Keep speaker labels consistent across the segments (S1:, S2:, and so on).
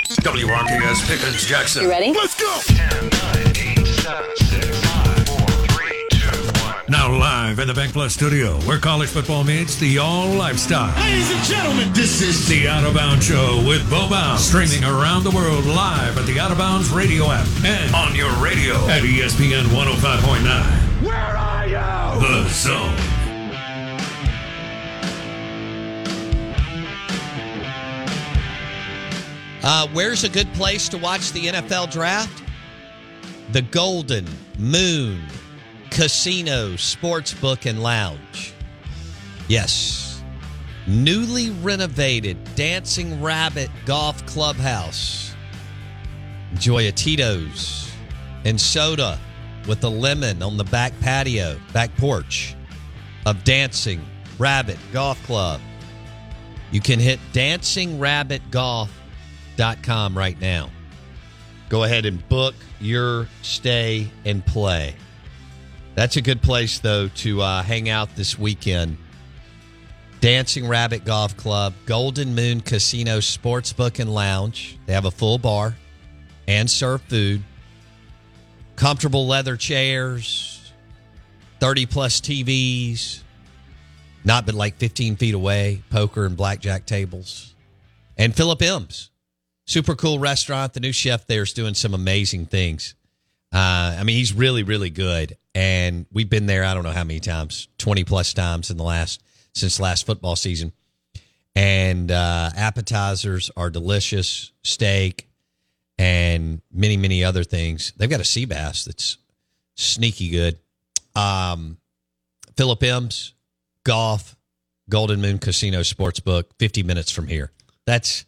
S1: WRKS Pickens Jackson.
S2: You ready?
S1: Let's go!
S3: 10, 9, 8, 7, 6, 5, 4, 3, 2, 1.
S1: Now live in the Bank Plus studio, where college football meets the all lifestyle.
S4: Ladies and gentlemen, this is
S1: The Out of Bounds Show with Bo Bounds, streaming around the world live at the Out of Bounds radio app and on your radio at E ESPN 105.9.
S4: Where Are You?
S1: The Zone.
S5: Uh, where's a good place to watch the NFL draft? The Golden Moon Casino Sportsbook and Lounge. Yes. Newly renovated Dancing Rabbit Golf Clubhouse. Enjoy a Tito's and soda with a lemon on the back patio, back porch of Dancing Rabbit Golf Club. You can hit dancingrabbitgolf.com right now. Go ahead and book your stay and play. That's a good place, though, to uh, hang out this weekend. Dancing Rabbit Golf Club, Golden Moon Casino Sportsbook and Lounge. They have a full bar and serve food, comfortable leather chairs, 30 plus TVs, not but like 15 feet away, poker and blackjack tables. And Philip M's, super cool restaurant. The new chef there is doing some amazing things. Uh, I mean, he's really, really good. And we've been there, I don't know how many times, 20 plus times in the last, since last football season. And uh, appetizers are delicious, steak and many, many other things. They've got a sea bass that's sneaky good. Um, Philip M's, golf, Golden Moon Casino Sportsbook, 50 minutes from here. That's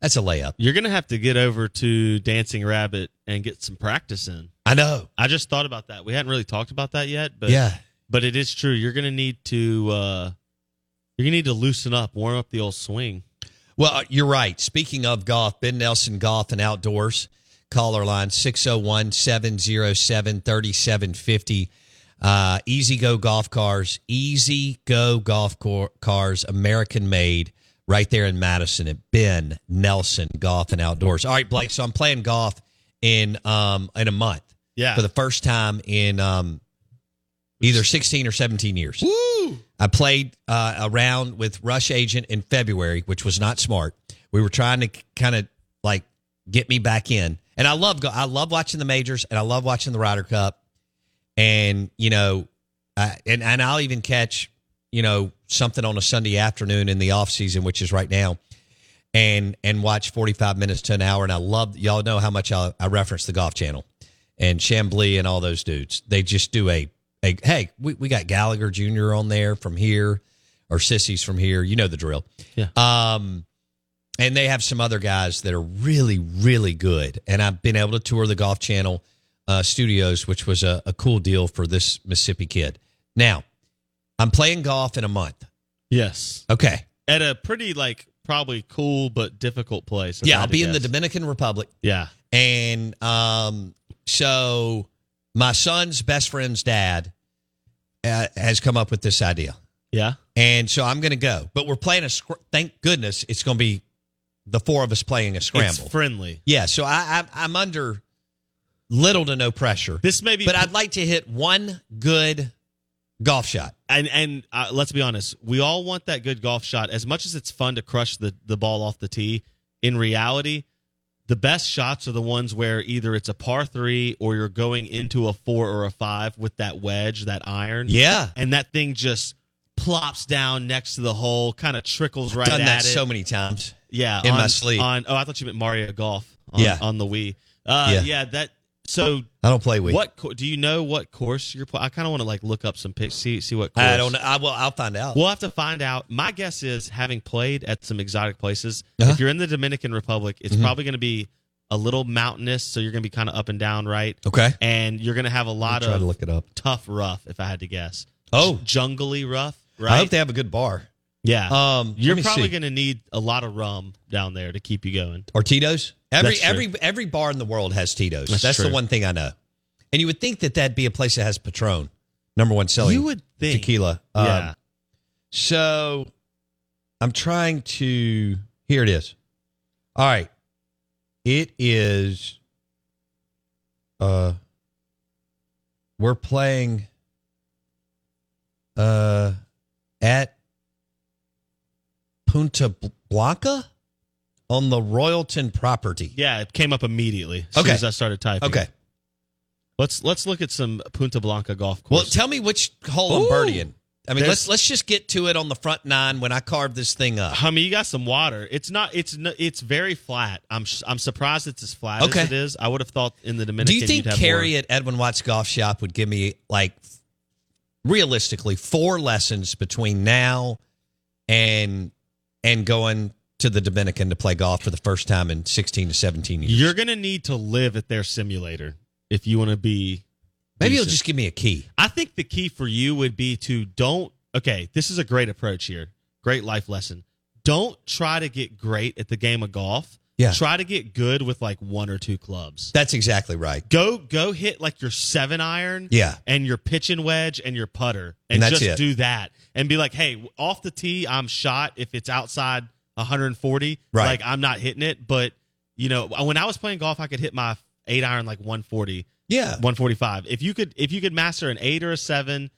S5: that's a layup.
S6: You're gonna have to get over to Dancing Rabbit and get some practice in.
S5: I know.
S6: I just thought about that. We hadn't really talked about that yet, but
S5: yeah.
S6: but it is true. You're gonna need to uh, you're gonna need to loosen up, warm up the old swing.
S5: Well, uh, you're right. Speaking of golf, Ben Nelson Golf and Outdoors, caller line 601 707 3750. Uh, Easy Go Golf Cars, Easy Go Golf Cor- Cars, American made, right there in Madison at Ben Nelson Golf and Outdoors. All right, Blake. So I'm playing golf in um in a month
S6: Yeah.
S5: for the first time in um either 16 or 17 years. I played uh, a round with Rush Agent in February, which was not smart. We were trying to kind of like get me back in, and I love go- I love watching the majors, and I love watching the Ryder Cup, and you know, I, and and I'll even catch you know something on a Sunday afternoon in the off season, which is right now, and and watch forty five minutes to an hour, and I love y'all know how much I, I reference the Golf Channel and Chambly and all those dudes. They just do a, a hey, we, we got Gallagher Jr. on there from here or Sissy's from here. You know the drill.
S6: Yeah.
S5: Um, and they have some other guys that are really, really good. And I've been able to tour the Golf Channel uh, studios, which was a, a cool deal for this Mississippi kid. Now, I'm playing golf in a month.
S6: Yes.
S5: Okay.
S6: At a pretty like probably cool but difficult place. if I
S5: Yeah,
S6: had
S5: I'll
S6: to
S5: be in the
S6: guess.
S5: Dominican Republic.
S6: Yeah.
S5: And um, so my son's best friend's dad uh, has come up with this idea.
S6: Yeah.
S5: And so I'm going to go. But we're playing a scr- thank goodness it's going to be the four of us playing a scramble.
S6: It's friendly.
S5: yeah, so I, I I'm under little to no pressure.
S6: This may be
S5: but I'd like to hit one good golf shot.
S6: and and uh, let's be honest, we all want that good golf shot. As much as it's fun to crush the the ball off the tee, in reality, the best shots are the ones where either it's a par three or you're going into a four or a five with that wedge, that iron,
S5: Yeah.
S6: and that thing just plops down next to the hole, kind of trickles right
S5: Done
S6: at
S5: that
S6: it.
S5: so many times.
S6: yeah,
S5: in
S6: on,
S5: my sleep.
S6: On oh, I thought you meant Mario Golf. On,
S5: Yeah.
S6: on the Wii. Uh,
S5: Yeah.
S6: yeah, that. So
S5: I don't play weak.
S6: what co- do you know? What course you're? Pl- I kind of want to like look up some pics, see see what course.
S5: I don't know. I will I'll find out.
S6: We'll have to find out. My guess is, having played at some exotic places,
S5: Uh-huh. Mm-hmm.
S6: if you're in the Dominican Republic, it's probably going to be a little mountainous, so you're going to be kind of up and down, right?
S5: okay.
S6: And you're going to have a
S5: I'll
S6: lot
S5: try
S6: of
S5: to look it up.
S6: tough rough, if I had to guess.
S5: Oh.
S6: jungly rough, right?
S5: I hope they have a good bar.
S6: yeah.
S5: Um,
S6: you're
S5: let me
S6: probably
S5: see.
S6: going to need a lot of rum down there to keep you going.
S5: or Tito's. Every
S6: That's true.
S5: every every bar in the world has Tito's. That's,
S6: That's
S5: the
S6: true.
S5: one thing I know. And you would think that that'd be a place that has Patron, number one selling
S6: you would think
S5: tequila. Um,
S6: Yeah.
S5: So I'm trying to. Here it is. All right. It is. Uh, we're playing. Uh, at Punta Blanca on the Royalton property.
S6: Yeah, it came up immediately as soon
S5: Okay.
S6: as I started typing.
S5: Okay.
S6: Let's let's look at some Punta Blanca golf
S5: Well,
S6: course.
S5: tell me which hole I'm
S6: Ooh.
S5: birdieing. I mean, let's
S6: There's-
S5: let's just get to it on the front nine when I carve this thing up.
S6: I mean, you got some water. It's not. It's no, it's very flat. I'm sh- I'm surprised it's as flat
S5: Okay.
S6: as it is. I would have thought in the
S5: Do
S6: Dominican.
S5: you think
S6: you'd have
S5: Carrie
S6: more.
S5: at Edwin Watts Golf Shop would give me like realistically four lessons between now and and going to the Dominican to play golf for the first time in 16 to 17 years?
S6: You're gonna need to live at their simulator if you want to be.
S5: Maybe you'll
S6: decent.
S5: just give me a key.
S6: I think the key for you would be to don't. Okay, this is a great approach here. Great life lesson. Don't try to get great at the game of golf.
S5: Yeah.
S6: Try to get good with like one or two clubs.
S5: That's exactly right.
S6: Go go hit like your seven iron.
S5: Yeah.
S6: and your pitching wedge and your putter
S5: And
S6: and,
S5: that's
S6: just
S5: it.
S6: do that and be like hey off the tee i'm shot if it's outside 140
S5: Right.
S6: like i'm not hitting it but you know when i was playing golf i could hit my eight iron like 140
S5: Yeah.
S6: 145 if you could if you could master an eight or a seven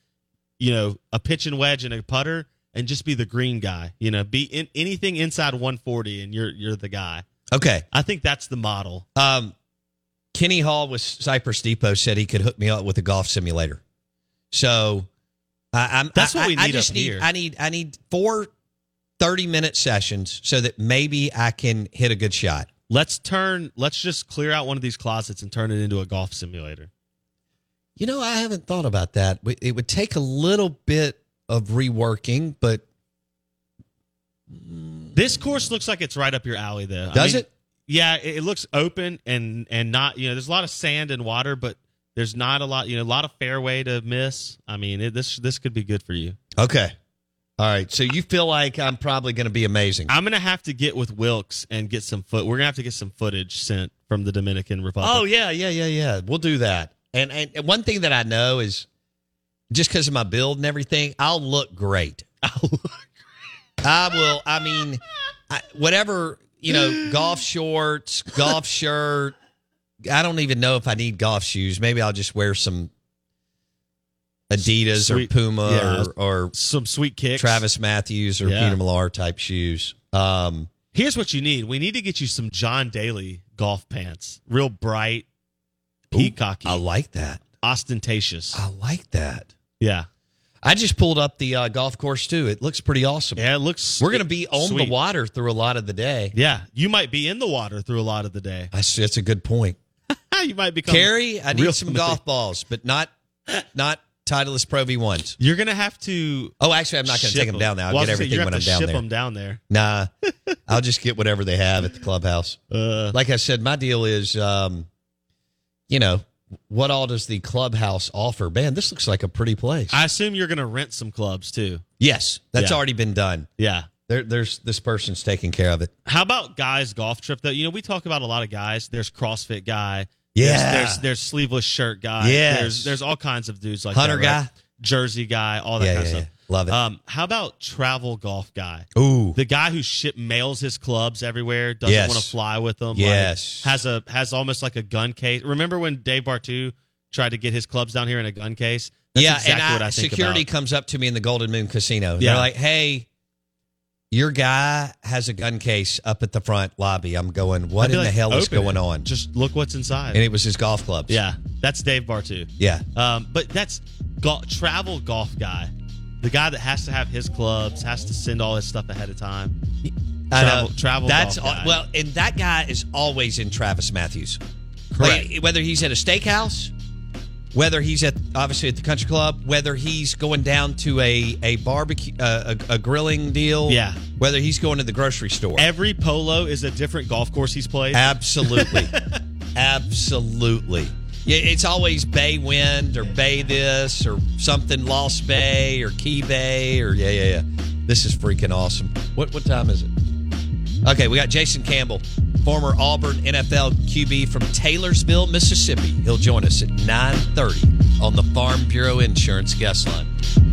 S6: you know a pitching wedge and a putter and just be the green guy you know be in anything inside 140 and you're you're the guy
S5: Okay.
S6: i think that's the model
S5: Um, Kenny Hall with Cypress Depot said he could hook me up with a golf simulator. So I, I'm
S6: That's what
S5: I-
S6: we
S5: I, I
S6: need
S5: just
S6: up
S5: need
S6: here.
S5: I need I need four 30 minute sessions so that maybe I can hit a good shot.
S6: let's turn let's just clear out one of these closets and turn it into a golf simulator
S5: You know, I haven't thought about that. We- It would take a little bit of reworking, but
S6: This course looks like it's right up your alley, though. I
S5: Does
S6: mean,
S5: it?
S6: Yeah, it, it looks open and and not. You know, there's a lot of sand and water, but there's not a lot. You know, a lot of fairway to miss. I mean, it, this this could be good for you.
S5: okay. All right. So you feel like I'm probably going to be amazing.
S6: I'm gonna have to get with Wilkes and get some foot. We're gonna have to get some footage sent from the Dominican Republic.
S5: Oh yeah, yeah, yeah, yeah. We'll do that. And and, and one thing that I know is just because of my build and everything, I'll look great. I'll look great. I will. I mean, I, whatever you know, golf shorts, golf shirt. I don't even know if I need golf shoes. Maybe I'll just wear some Adidas
S6: Sweet.
S5: or Puma
S6: Yeah.
S5: or, or
S6: some sweet kicks.
S5: Travis Matthews or
S6: Yeah.
S5: Peter Millar type shoes. Um,
S6: here's what you need. We need to get you some John Daly golf pants, real bright, peacocky,
S5: I like that.
S6: ostentatious.
S5: I like that.
S6: yeah,
S5: I just pulled up the uh, golf course too. It looks pretty awesome.
S6: yeah. It looks.
S5: We're going to be on
S6: sweet.
S5: the water through a lot of the day.
S6: Yeah, you might be in the water through a lot of the day.
S5: That's, that's a good point.
S6: you might become
S5: Carrie, I need
S6: Real
S5: some
S6: smooth.
S5: golf balls, but not not Titleist Pro V ones.
S6: You're gonna have to.
S5: Oh, actually, I'm not going to
S6: ship
S5: take them down there. I'll
S6: Well, I
S5: get
S6: was gonna say,
S5: everything
S6: you're
S5: when
S6: gonna
S5: I'm
S6: have
S5: down
S6: to ship
S5: there.
S6: them down there.
S5: Nah, I'll just get whatever they have at the clubhouse.
S6: Uh,
S5: Like I said, my deal is, um, you know, what all does the clubhouse offer? Man, this looks like a pretty place.
S6: I assume you're gonna rent some clubs too.
S5: yes, that's
S6: Yeah.
S5: already been done.
S6: Yeah.
S5: There, there's this person's taking care of it.
S6: How about guys golf trip though? You know, we talk about a lot of guys. There's CrossFit guy.
S5: Yeah.
S6: There's, there's, there's sleeveless shirt guy.
S5: Yes.
S6: There's there's all kinds of dudes like
S5: Hunter
S6: that, right?
S5: guy?
S6: Jersey guy, all that
S5: Yeah,
S6: kind
S5: yeah,
S6: of
S5: yeah.
S6: stuff.
S5: Love it.
S6: Um, how about travel golf guy?
S5: Ooh,
S6: the guy who ship mails his clubs everywhere doesn't
S5: Yes.
S6: want to fly with them. like,
S5: Yes.
S6: has a has almost like a gun case. Remember when Dave Bartu tried to get his clubs down here in a gun case? That's
S5: yeah,
S6: exactly
S5: and
S6: what I think
S5: security
S6: about.
S5: comes up to me in the Golden Moon Casino.
S6: Yeah.
S5: They're like, "Hey, your guy has a gun case up at the front lobby." I'm going,
S6: I'd
S5: "What
S6: be
S5: in the
S6: like,
S5: hell is
S6: "Open it.
S5: going on?"
S6: Just look what's inside.
S5: and it was his golf clubs.
S6: yeah, that's Dave Bartu.
S5: yeah.
S6: Um, but that's go- travel golf guy, the guy that has to have his clubs, has to send all his stuff ahead of time.
S5: I
S6: Travel-
S5: know.
S6: travel
S5: That's
S6: golf guy.
S5: well, and that guy is always in Travis Matthews.
S6: Correct.
S5: Like, whether he's at a steakhouse, whether he's at obviously at the country club, whether he's going down to a a barbecue uh, a, a grilling deal,
S6: Yeah.
S5: Whether he's going to the grocery store,
S6: Every polo is a different golf course he's played.
S5: Absolutely. Absolutely. Yeah, it's always Bay Wind or Bay this or something Lost Bay or Key Bay or yeah, yeah, yeah. This is freaking awesome. What what time is it? Okay, we got Jason Campbell, former Auburn NFL QB from Taylorsville, Mississippi. He'll join us at 9:30 on the Farm Bureau Insurance guest line.